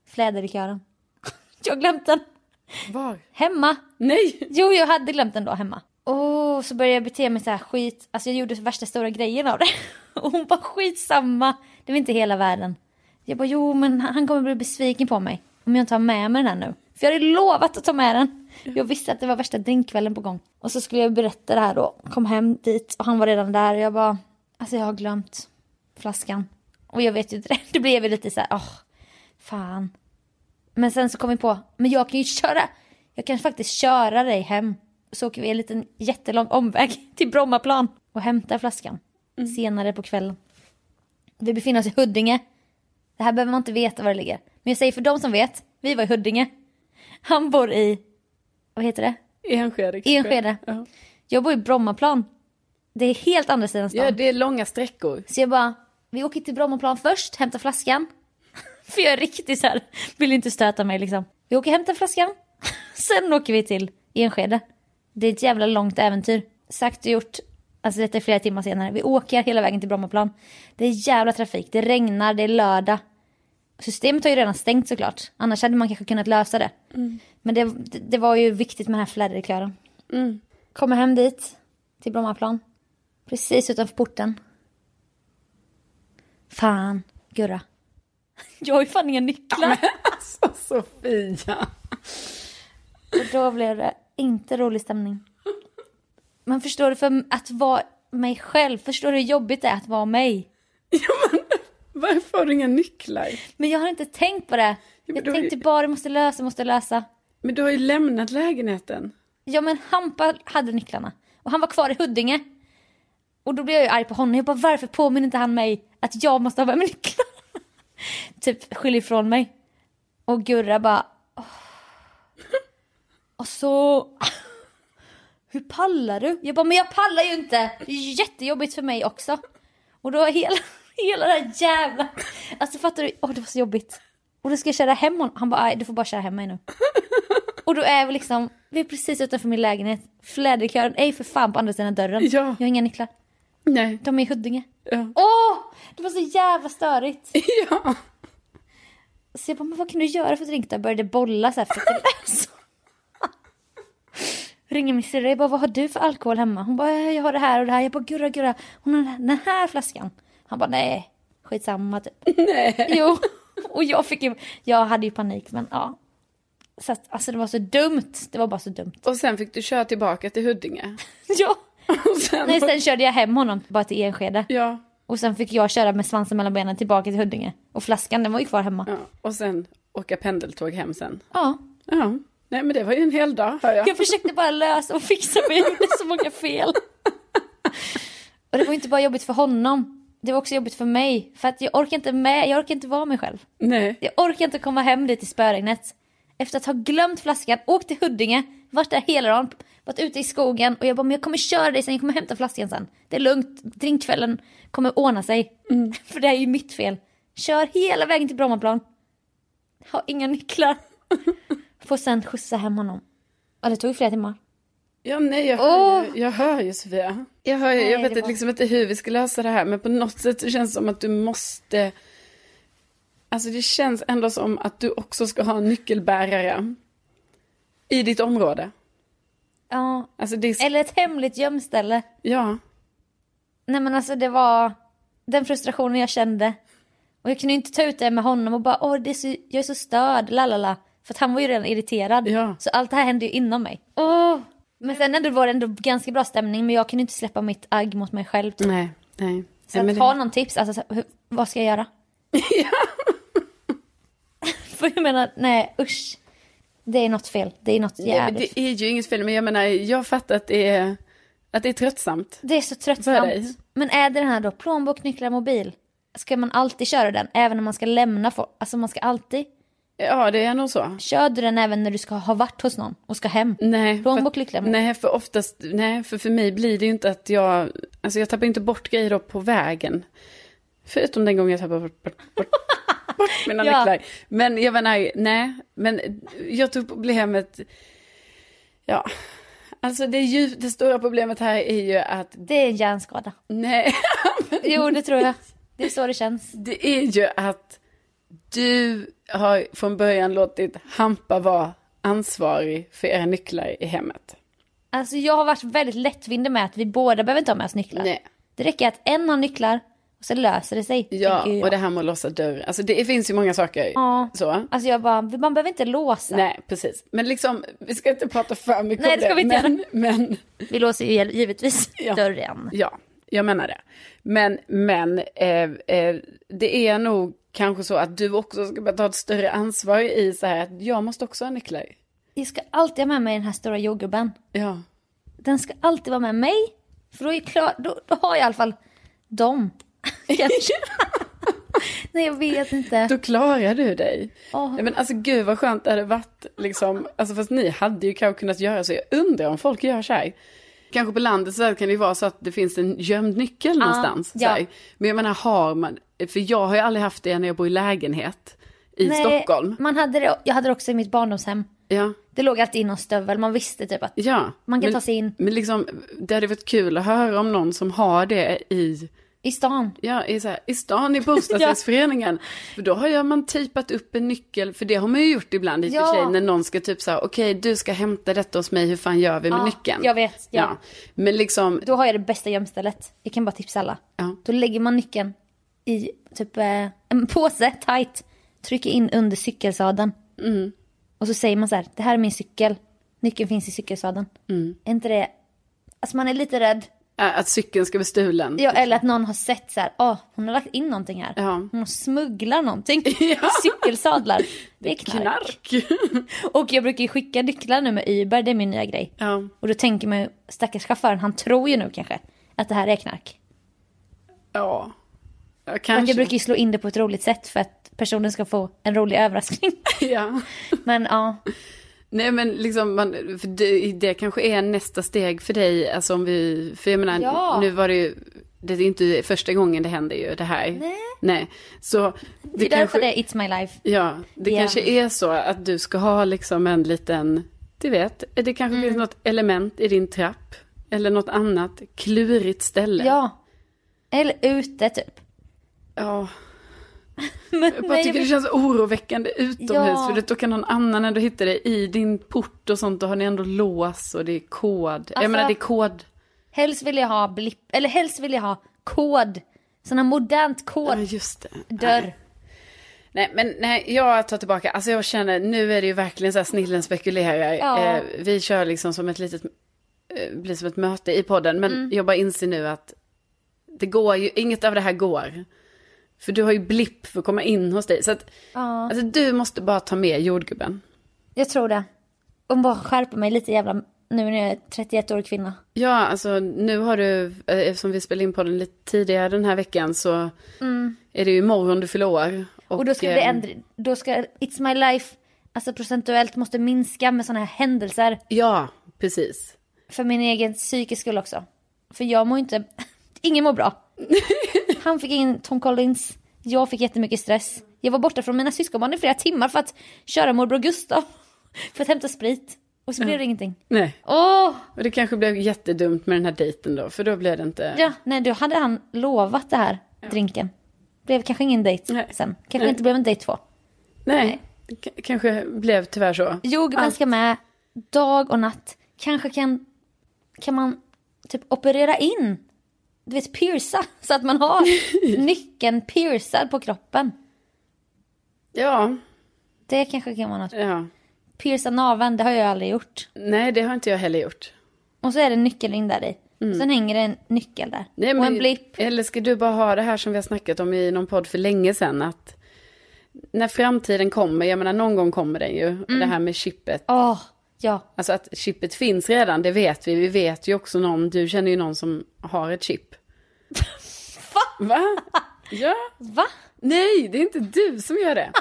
S1: Fläderkören. jag har glömt den.
S2: Var?
S1: Hemma.
S2: Nej!
S1: Jo, jag hade glömt den då hemma. Och så började jag bete mig så här skit. Alltså jag gjorde värsta stora grejen av det. Och hon bara skitsamma. Det var inte hela världen. Jag bara jo men han kommer bli besviken på mig. Om jag inte har med mig den här nu. För jag hade lovat att ta med den. Jag visste att det var värsta drinkkvällen på gång. Och så skulle jag berätta det här då. Kom hem dit och han var redan där. Och jag bara alltså jag har glömt flaskan. Och jag vet ju inte det. Det blev ju lite så här åh fan. Men sen så kom vi på, men jag kan ju köra. Jag kan faktiskt köra dig hem. Så åker vi en liten jättelång omväg till Brommaplan och hämtar flaskan. Senare på kvällen. Vi befinner oss i Huddinge. Det här behöver man inte veta var det ligger. Men jag säger för de som vet, vi var i Huddinge. Han bor i, vad heter det?
S2: Enskede kanske.
S1: Enskede.
S2: Ja.
S1: Jag bor i Brommaplan. Det är helt andra sidan stan.
S2: ja, det är långa sträckor.
S1: Så jag bara, vi åker till Brommaplan först, hämtar flaskan. För jag är riktigt så här, vill inte stöta mig liksom. Vi åker och hämtar flaskan. Sen åker vi till Enskede. Det är ett jävla långt äventyr. Sagt och gjort. Alltså detta är flera timmar senare. Vi åker hela vägen till Brommaplan. Det är jävla trafik, det regnar, det är lördag. Systemet har ju redan stängt såklart. Annars hade man kanske kunnat lösa det. Men det, det, det var ju viktigt med den här fläderkören.
S2: Mm.
S1: Kommer hem dit, till Brommaplan. Precis utanför porten. Fan, Gurra. Jag har ju fan inga nycklar.
S2: Alltså Sofia.
S1: Och då blev det inte rolig stämning. Men förstår du, för att vara mig själv, förstår du hur jobbigt det är att vara mig?
S2: Varför har du inga nycklar?
S1: Men jag har inte tänkt på det.
S2: men
S1: Jag
S2: då är-
S1: tänkte bara, jag måste lösa, måste lösa.
S2: Men du har ju lämnat lägenheten.
S1: Ja men Hampa hade nycklarna. Och han var kvar i Huddinge. Och då blev jag ju arg på honom. Jag bara varför påminner inte han mig att jag måste ha med mig nycklarna? typ skyller ifrån mig. Och Gurra bara... "Åh." Och så... Hur pallar du? Jag bara men jag pallar ju inte. Det är ju jättejobbigt för mig också. Och då är hela, hela det här jävla... Alltså fattar du? Åh det var så jobbigt. Och då ska jag köra hem honom. Han bara "Aj, du får bara köra hem mig nu. Och då är vi liksom vi är precis utanför min lägenhet. Fläderkören är ju för fan på andra sidan dörren.
S2: Ja.
S1: Jag har inga nycklar.
S2: Nej.
S1: De är i Huddinge.
S2: Ja.
S1: Åh! Det var så jävla störigt.
S2: ja.
S1: Så jag bara, men vad kan du göra för drink då? Jag började bolla så här fruktansvärt. Ringer min syrra, jag bara, vad har du för alkohol hemma? Hon bara, jag har det här och det här. Jag bara, gurra gurra, hon har den här- den här flaskan. Han bara, nej, skitsamma typ.
S2: Nej.
S1: Jo, och jag fick ju, jag hade ju panik men ja. Så att, alltså det var så dumt, det var bara så dumt.
S2: Och sen fick du köra tillbaka till Huddinge.
S1: Ja.
S2: Och sen...
S1: Nej, sen körde jag hem honom bara till Enskede.
S2: Ja.
S1: Och sen fick jag köra med svansen mellan benen tillbaka till Huddinge. Och flaskan den var ju kvar hemma.
S2: ja. Och sen åka pendeltåg hem sen.
S1: Ja.
S2: Ja. Nej men det var ju en hel dag hör jag.
S1: Jag försökte bara lösa och fixa men jag gjorde så många fel. Och det var ju inte bara jobbigt för honom. Det var också jobbigt för mig. För att jag orkar inte med, jag orkar inte vara mig själv.
S2: Nej.
S1: Jag orkar inte komma hem dit i spöregnet. Efter att ha glömt flaskan, åkt till Huddinge, varit där hela dagen, varit ute i skogen och jag bara, men jag kommer köra dig sen, jag kommer hämta flaskan sen. Det är lugnt, drinkkvällen kommer ordna sig. För det här är ju mitt fel. Kör hela vägen till Brommaplan. Har inga nycklar. Får sen skjutsa hem honom. Ja, det tog ju flera timmar.
S2: Ja, nej, jag,
S1: Åh!
S2: hör, ju- jag hör ju Sofia. Jag, hör, ju-
S1: Nej,
S2: jag vet
S1: det
S2: att
S1: var-
S2: liksom inte hur vi ska lösa det här, men på något sätt så känns det som att du måste... Alltså det känns ändå som att du också ska ha en nyckelbärare i ditt område.
S1: Ja,
S2: Alltså det är... s-
S1: eller ett hemligt gömställe.
S2: Ja,
S1: Nej men alltså det var den frustrationen jag kände. Och jag kunde ju inte ta ut det med honom och bara åh det är så, jag är så störd, lalala. För att han var ju redan irriterad.
S2: Ja.
S1: Så allt det här hände ju inom mig. Åh! Men sen ändå var det ändå ganska bra stämning men jag kunde inte släppa mitt agg mot mig själv. typ.
S2: nej, nej.
S1: Så
S2: nej,
S1: att
S2: Mm. men det-
S1: ha någon tips, alltså så här, hur, vad ska jag göra? För jag menar, nej usch. Det är något fel, det är något
S2: Nej, men
S1: jävligt.
S2: det är ju inget fel, men jag menar, jag fattar att det är, att det är tröttsamt.
S1: Det är så
S2: För dig.
S1: tröttsamt. Men är det den här då, plånbok, nycklar, mobil? Ska man alltid köra den? Även när man ska lämna folk? Alltså man ska alltid?
S2: Ja, det är nog så.
S1: Kör du den även när du ska ha varit hos någon och ska hem?
S2: Nej, för,
S1: Plånbok, nycklar, mobil?
S2: nej, för oftast, nej, för för mig blir det ju inte att jag, alltså jag tappar ju inte bort grejer då på vägen. Förutom den gången jag tappade bort, bort, bort, bort mina
S1: Ja.
S2: nycklar. Men jag menar, nej, men jag tog problemet, ja, alltså det, djup, det stora problemet här är ju att,
S1: Det är en hjärnskada.
S2: nej,
S1: Jo, det tror jag. Det är så det känns.
S2: det är ju att du har från början låtit Hampa vara ansvarig för era nycklar i hemmet.
S1: Alltså jag har varit väldigt lättvindig med att vi båda behöver inte ha med oss nycklar.
S2: Nej.
S1: Det räcker att en har nycklar och så löser det sig.
S2: Ja,
S1: tänker jag.
S2: och det här med att låsa dörr. Alltså det finns ju många saker.
S1: Ja.
S2: Så.
S1: Alltså jag bara, man behöver inte låsa.
S2: Nej, precis. Men liksom, vi ska inte prata för mycket
S1: Nej,
S2: om
S1: det ska vi inte
S2: men, men
S1: Vi låser ju givetvis
S2: Ja.
S1: dörren.
S2: ja, jag menar det. Men, men eh, eh, det är nog kanske så att du också ska börja ta ett större ansvar i så här att jag måste också ha nycklar.
S1: Jag ska alltid ha med mig den här stora jordgubben.
S2: Ja,
S1: Den ska alltid vara med mig. För då är jag klar, då, då har jag i alla fall dem. Kanske. Nej jag vet inte.
S2: då klarar du dig.
S1: Åh.
S2: Nej, men alltså gud vad skönt det hade varit liksom. Alltså fast ni hade ju kanske kunnat göra så. Jag undrar om folk gör så här. Kanske på landet så här kan det ju vara så att det finns en gömd nyckel någonstans. Så
S1: Ah, ja.
S2: här. Men jag menar har man, för jag har ju aldrig haft det när jag bor i lägenhet i
S1: Nej,
S2: Stockholm.
S1: Man hade det, jag hade det också i mitt barndomshem.
S2: Ja,
S1: Det låg alltid in någon stövel, man visste typ att
S2: ja.
S1: Man kan
S2: men,
S1: ta sig in.
S2: Men liksom, det hade varit kul att höra om någon som har det i,
S1: i stan.
S2: ja, i, så här, i stan, i bostadsrättsföreningen. För då har jag, man typat upp en nyckel, för det har man ju gjort ibland i och
S1: Ja.
S2: för sig, när någon ska typ så här, okej du ska hämta detta hos mig, hur fan gör vi med
S1: Ja,
S2: nyckeln?
S1: jag vet, ja.
S2: Men liksom,
S1: Då har jag det bästa gömstället. Jag kan bara tipsa alla.
S2: Ja.
S1: Då lägger man nyckeln i typ eh, en påse, tight. Trycker in under cykelsadeln.
S2: Mm.
S1: Och så säger man så här, det här är min cykel. Nyckeln finns i cykelsadeln.
S2: Mm.
S1: Är inte det... Alltså man är lite rädd.
S2: äh, att cykeln ska bli stulen.
S1: Ja, eller att någon har sett så här, ah, hon har lagt in någonting här.
S2: Ja.
S1: Hon smugglar någonting
S2: Ja.
S1: i cykelsadlar. Det är knark.
S2: Knark.
S1: Och jag brukar ju skicka nycklar nu med Uber, det är min nya grej.
S2: ja.
S1: Och då tänker man ju, stackars chauffören, han tror ju nu kanske att det här är knark.
S2: ja. Ja,
S1: Men
S2: kanske.
S1: jag brukar ju slå in det på ett roligt sätt för att personen ska få en rolig överraskning.
S2: ja.
S1: Men ja,
S2: Nej men liksom, man, för det, det kanske är nästa steg för dig, alltså om vi, för jag menar,
S1: Ja.
S2: nu var det ju, det är inte första gången det händer ju det här.
S1: Nej.
S2: Nej. Så
S1: det
S2: det
S1: är därför
S2: kanske,
S1: det är It's My Life.
S2: ja, det
S1: Ja.
S2: kanske är så att du ska ha liksom en liten Du vet, det kanske
S1: Mm.
S2: finns något element i din trapp. Eller något annat klurigt ställe.
S1: Ja. Eller ute typ.
S2: Ja,
S1: Men
S2: Jag bara
S1: nej, jag
S2: tycker det
S1: vill-
S2: känns oroväckande utomhus.
S1: Ja.
S2: För då kan någon annan ändå hitta dig i din port och sånt. Då har ni ändå lås och det är kod.
S1: Alltså-
S2: jag menar det är kod.
S1: Helst vill jag ha blipp, eller helst vill jag ha kod. Sån här modernt
S2: Ja,
S1: kod.
S2: just det.
S1: Dörr.
S2: Nej, men nej, jag tar tillbaka. Alltså jag känner, nu är det ju verkligen så här snillen spekulerar.
S1: Ja.
S2: Eh, vi kör liksom som ett litet, eh, blir som ett möte i podden. Men
S1: Mm.
S2: jag bara inser nu att det går ju, inget av det här går. För du har ju blipp för att komma in hos dig. Så att,
S1: Ja,
S2: alltså du måste bara ta med jordgubben.
S1: jag tror det. Och bara skärpa mig lite jävla nu när jag är 31 år kvinna.
S2: Ja, alltså nu har du, eh, eftersom vi spelade in podden lite tidigare den här veckan så är det ju imorgon du fyller år.
S1: Mm. Och då ska det
S2: eh,
S1: ändra, då ska It's My Life, alltså procentuellt måste minska med sådana här händelser.
S2: Ja, precis.
S1: För min egen psykisk skull också. För jag mår inte, ingen mår bra. Han fick in Tom Collins, jag fick jättemycket stress. Jag var borta från mina syskonbarn i flera timmar för att köra morbror Gustav. För att hämta sprit. Och så blev det ingenting.
S2: Nej,
S1: Åh!
S2: och det kanske blev jättedumt med den här dejten då, för då blev det inte...
S1: Ja, nej då hade han lovat det här, drinken. Blev kanske ingen dejt
S2: Nej.
S1: sen. Kanske
S2: Nej.
S1: inte blev en dejt två.
S2: Nej, det k- kanske blev tyvärr så.
S1: Jordgubben
S2: Allt.
S1: ska med dag och natt. Kanske kan, kan man typ operera in, du vet pierca, så att man har nyckeln piercad på kroppen.
S2: Ja,
S1: Det kanske kan vara något.
S2: ja.
S1: Pierca naveln, det har jag aldrig gjort.
S2: Nej, det har inte jag heller gjort.
S1: Och så är det en nyckel in där i. Sen hänger det en nyckel där.
S2: Mm. Nej,
S1: och en blipp.
S2: Eller ska du bara ha det här som vi har snackat om i någon podd för länge sedan, att när framtiden kommer, jag menar någon gång kommer den ju, det här med chippet.
S1: Åh, ja.
S2: Alltså att chippet finns redan, det vet vi. Vi vet ju också någon, du känner ju någon som har ett chip. Va? Ja.
S1: Va?
S2: Nej, det är inte du som gör det.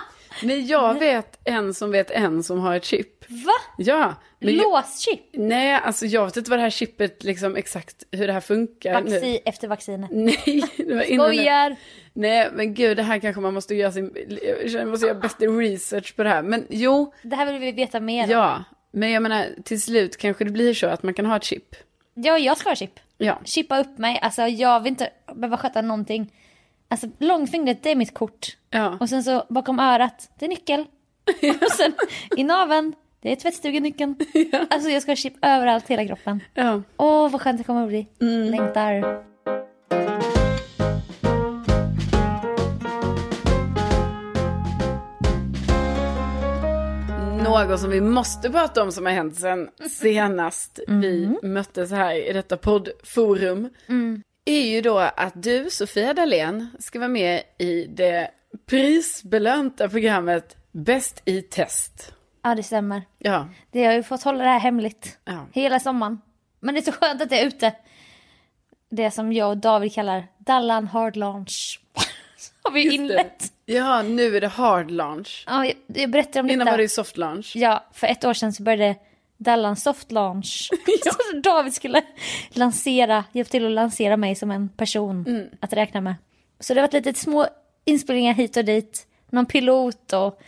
S2: Men jag vet en som vet en som har ett chip.
S1: Va?
S2: Ja. Men jag,
S1: Låschip?
S2: nej, alltså jag vet inte vad det här chippet liksom exakt hur det här funkar nu.
S1: Vaccin efter vaccinet.
S2: Nej, det var innan det.
S1: Skojar!
S2: Nej, men gud, det här kanske man måste göra sin... Jag känner att man måste göra bättre research på det här. Men jo,
S1: Det här vill vi veta mer om. Ja,
S2: ja. Men jag menar, till slut kanske det blir så att man kan ha ett chip.
S1: jag ska ha chip.
S2: Ja.
S1: Chippa upp mig. Alltså jag vill inte behöva sköta någonting. Alltså långfingret, det är mitt kort.
S2: Ja.
S1: Och sen så bakom örat, det är nyckel. Och sen i naveln, det är tvättstugenyckeln. Alltså jag ska ha chip överallt, hela kroppen.
S2: ja.
S1: Åh, vad skönt det kommer att bli.
S2: Mm.
S1: Längtar.
S2: Något som vi måste prata om som har hänt sen senast
S1: Mm.
S2: vi möttes här i detta poddforum.
S1: Mm.
S2: Är ju då att du, Sofia Dalén, ska vara med i det prisbelönta programmet Bäst i test.
S1: Ja, det stämmer.
S2: Ja.
S1: Det har ju fått hålla det här hemligt.
S2: ja.
S1: Hela sommaren. Men det är så skönt att det är ute. Det som jag och David kallar Dallan Hard Launch. har vi
S2: Just det.
S1: inlett.
S2: Ja, nu är det hard launch.
S1: Ja, jag, jag berättar om
S2: Innan
S1: detta.
S2: var det ju soft launch.
S1: Ja, för ett år sedan så började Dallan Soft Launch. Så David skulle lansera, hjälpa till att lansera mig som en person att räkna med. Så det har varit lite små inspelningar hit och dit. Någon pilot och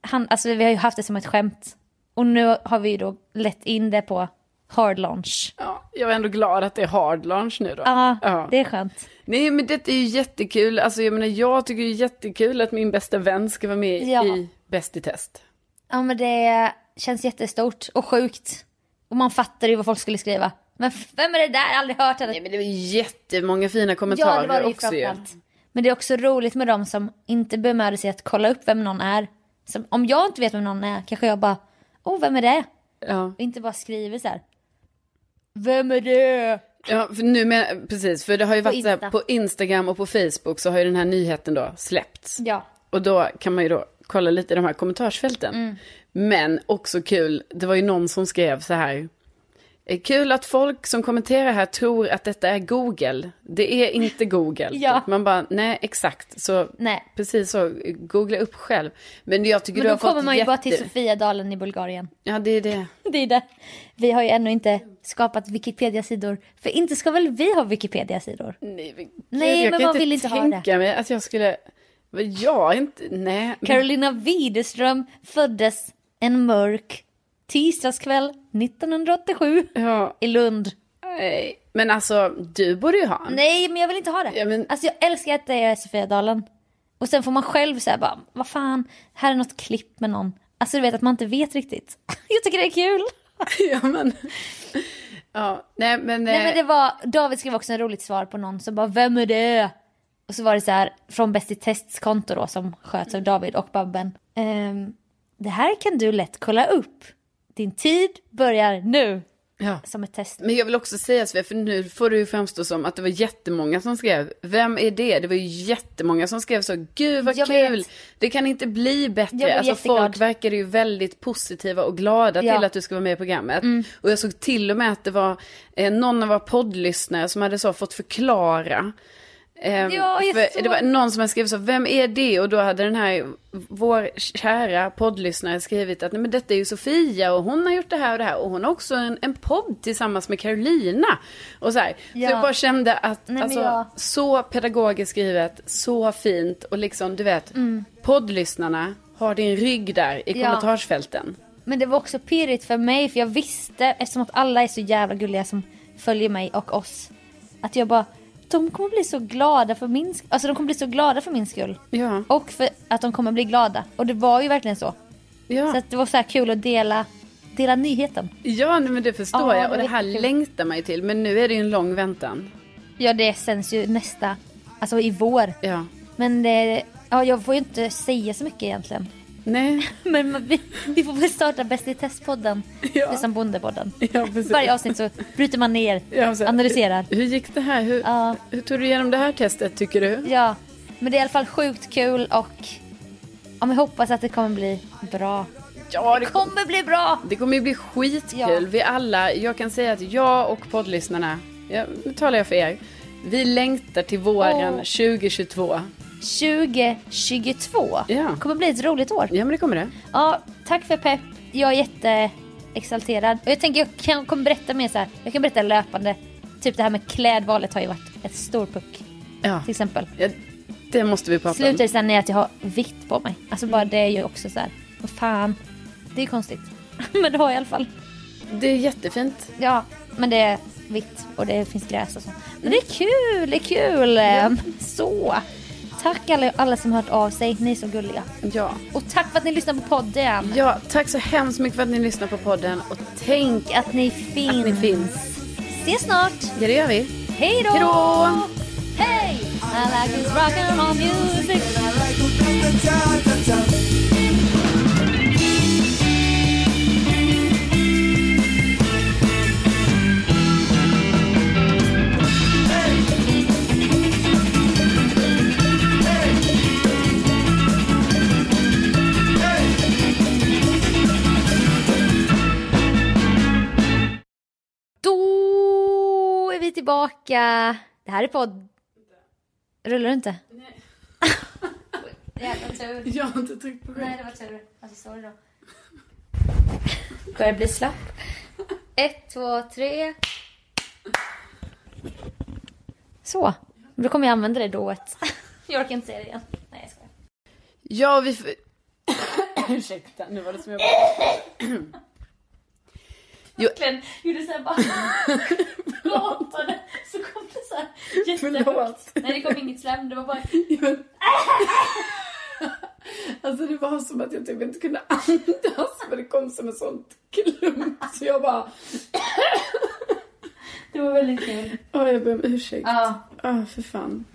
S1: han, alltså vi har ju haft det som ett skämt. Och nu har vi ju då lett in det på Hard Launch.
S2: Ja, jag är ändå glad att det är hard launch nu då.
S1: Ja,
S2: Ja.
S1: det är skönt.
S2: Nej men det är ju jättekul, alltså jag menar jag tycker det är jättekul att min bästa vän ska vara med
S1: Ja.
S2: i Bäst i test.
S1: Ja men det känns jättestort och sjukt. Och man fattar ju vad folk skulle skriva. Men f- vem är det där? Jag har aldrig hört henne.
S2: Nej men det var jättemånga fina kommentarer
S1: Ja, det var det ju
S2: också ju.
S1: framförallt. Men det är också roligt med de som inte bemöder sig att kolla upp vem någon är. Som, om jag inte vet vem någon är kanske jag bara, oh vem är det?
S2: Ja.
S1: Och inte bara skriver så här. Vem är det?
S2: ja, för nu men, precis, för det har ju varit så här,
S1: Insta.
S2: på Instagram och på Facebook så har ju den här nyheten då släppts.
S1: Ja.
S2: Och då kan man ju då kolla lite i de här kommentarsfälten.
S1: Mm.
S2: Men också kul, det var ju någon som skrev så här. "Eh, Kul att folk som kommenterar här tror att detta är Google. Det är inte Google.
S1: Ja.
S2: Typ. Man bara, nej exakt. Så
S1: Nej.
S2: precis så, googla upp själv. Men jag tycker
S1: Men
S2: du
S1: då
S2: har
S1: kommer
S2: fått
S1: man ju
S2: jätte...
S1: bara till Sofiadalen i Bulgarien.
S2: Ja, det är det.
S1: Det är det. Vi har ju ännu inte skapat Wikipedia-sidor. För inte ska väl vi ha Wikipedia-sidor?
S2: Nej, men, gud,
S1: Nej,
S2: jag
S1: men
S2: kan
S1: man vill inte ha
S2: tänka mig att jag skulle... Men Jag inte... Nej. men-
S1: Carolina Widerström föddes en mörk Tisdagskväll 1987
S2: Ja,
S1: i Lund.
S2: nej. Men alltså, du borde ju ha en.
S1: Nej, men jag vill inte ha det.
S2: Ja, men-
S1: Alltså jag älskar att det är Sofiadalen. Och sen får man själv säga bara, vad fan, här är något klipp med någon. Alltså du vet att man inte vet riktigt. Jag tycker det är kul.
S2: ja, men. Ja, nej men.
S1: Nej men
S2: eh,
S1: det var, David skrev också en roligt svar på någon som bara, vem är det? Och så var det så här, från Bäst i tests konto då som sköts av David och Babben. Ehm, det här kan du lätt kolla upp. Din tid börjar nu.
S2: ja.
S1: Som ett test.
S2: Men jag vill också säga Svea, för nu får du ju framstå som att det var jättemånga som skrev. Vem är det? Det var ju jättemånga som skrev så. Gud vad
S1: Jag vet.
S2: kul! Det kan inte bli
S1: Jag
S2: bättre.
S1: blev
S2: Alltså
S1: jätteglad.
S2: folk verkar ju väldigt positiva och
S1: Ja.
S2: glada
S1: Mm.
S2: till att du ska vara med i programmet. Och jag såg till och med att det var eh, någon av våra poddlyssnare som hade så fått förklara. Ehm,
S1: Ja, jag
S2: för
S1: såg
S2: det var någon som hade skrivit så, vem är det? Och då hade den här, vår kära poddlyssnare skrivit att nej men detta är ju Sofia och hon har gjort det här och det här och hon har också en, en podd tillsammans med Carolina. Och så här.
S1: Ja.
S2: Så jag bara kände att,
S1: men
S2: alltså,
S1: jag-
S2: så pedagogiskt skrivet, så fint och liksom du vet, poddlyssnarna har din rygg där i
S1: Mm. Ja.
S2: kommentarsfälten.
S1: Men det var också pirrigt för mig för jag visste eftersom att alla är så jävla gulliga som följer mig och oss. Att jag bara, de kommer bli så glada för min skull. Alltså de kommer bli så glada för min skull.
S2: Ja,
S1: Och för att de kommer bli glada. Och det var ju verkligen så.
S2: ja.
S1: Så att det var så här kul att dela, dela nyheten.
S2: ja nej, men det förstår
S1: Ja,
S2: jag och
S1: det
S2: det
S1: är
S2: här
S1: jättekul.
S2: längtar man ju till men nu är det ju en lång väntan.
S1: Ja det sänds ju nästa, alltså i vår.
S2: Ja,
S1: Men det, ja, jag får ju inte säga så mycket egentligen.
S2: nej,
S1: Men man- vi, vi får väl starta Bäst i testpodden.
S2: Ja.
S1: Det är som Bondepodden.
S2: ja precis.
S1: Varje avsnitt så bryter man ner,
S2: Ja, så-
S1: analyserar.
S2: Hur gick det här? Hur,
S1: Ja.
S2: hur tog du igenom det här testet tycker du?
S1: Ja, men det är i alla fall sjukt kul och ja, men jag hoppas att det kommer bli bra.
S2: Ja, det, kom...
S1: Kommer bli bra!
S2: det kommer ju bli skitkul.
S1: Ja.
S2: Vi alla, jag kan säga att jag och poddlyssnarna, ja, nu talar jag för er, vi längtar till våren
S1: Åh.
S2: 2022.
S1: 2022
S2: Ja.
S1: kommer bli ett roligt år.
S2: Ja men det kommer det.
S1: Ja, tack för pepp. Jag är jätteexalterad. Och jag tänker jag kan, kommer berätta mer så här. Jag kan berätta löpande. Typ det här med klädvalet har ju varit ett stor puck.
S2: Ja.
S1: Till exempel.
S2: ja det måste vi prata
S1: Slutar
S2: om.
S1: det sen i att jag har vitt på mig. Alltså bara det är ju också så här. Vad fan. Det är ju konstigt. men det har jag i alla fall.
S2: Det är jättefint.
S1: Ja, men det är vitt och det finns gräs och så. Men det är kul, det är kul! eh, Så! Tack alla, alla som hört av sig, ni är så gulliga.
S2: Ja.
S1: Och tack för att ni lyssnar på podden!
S2: ja, tack så hemskt mycket för att ni lyssnar på podden och tänk
S1: Att ni finns!
S2: att ni finns.
S1: Ses snart!
S2: Ja det gör vi.
S1: Hej då!
S2: Hej då!
S1: Hej! I like this rock and roll music Då är vi tillbaka. Det här är podd... Rullar du inte? Nej. Jävla tur.
S2: Jag har inte tryckt på
S1: Nej, det var tur. Alltså, sorry då. Börjar bli slapp. Ett, två, tre. Så. Men Då kommer jag använda det dået. Jag orkar inte säga det igen. Nej, jag skojar.
S2: Ja, vi... F- Ursäkta, nu var det som jag bara...
S1: Verkligen gjorde såhär bara... Pratade. Så kom det såhär
S2: Förlåt.
S1: Nej, det kom inget slem. Det var bara...
S2: alltså det var som att jag typ inte kunde andas för det kom som en sån klump så jag bara...
S1: Det var väldigt kul.
S2: Åh, jag ber om ursäkt.
S1: Ja.
S2: Åh, för fan.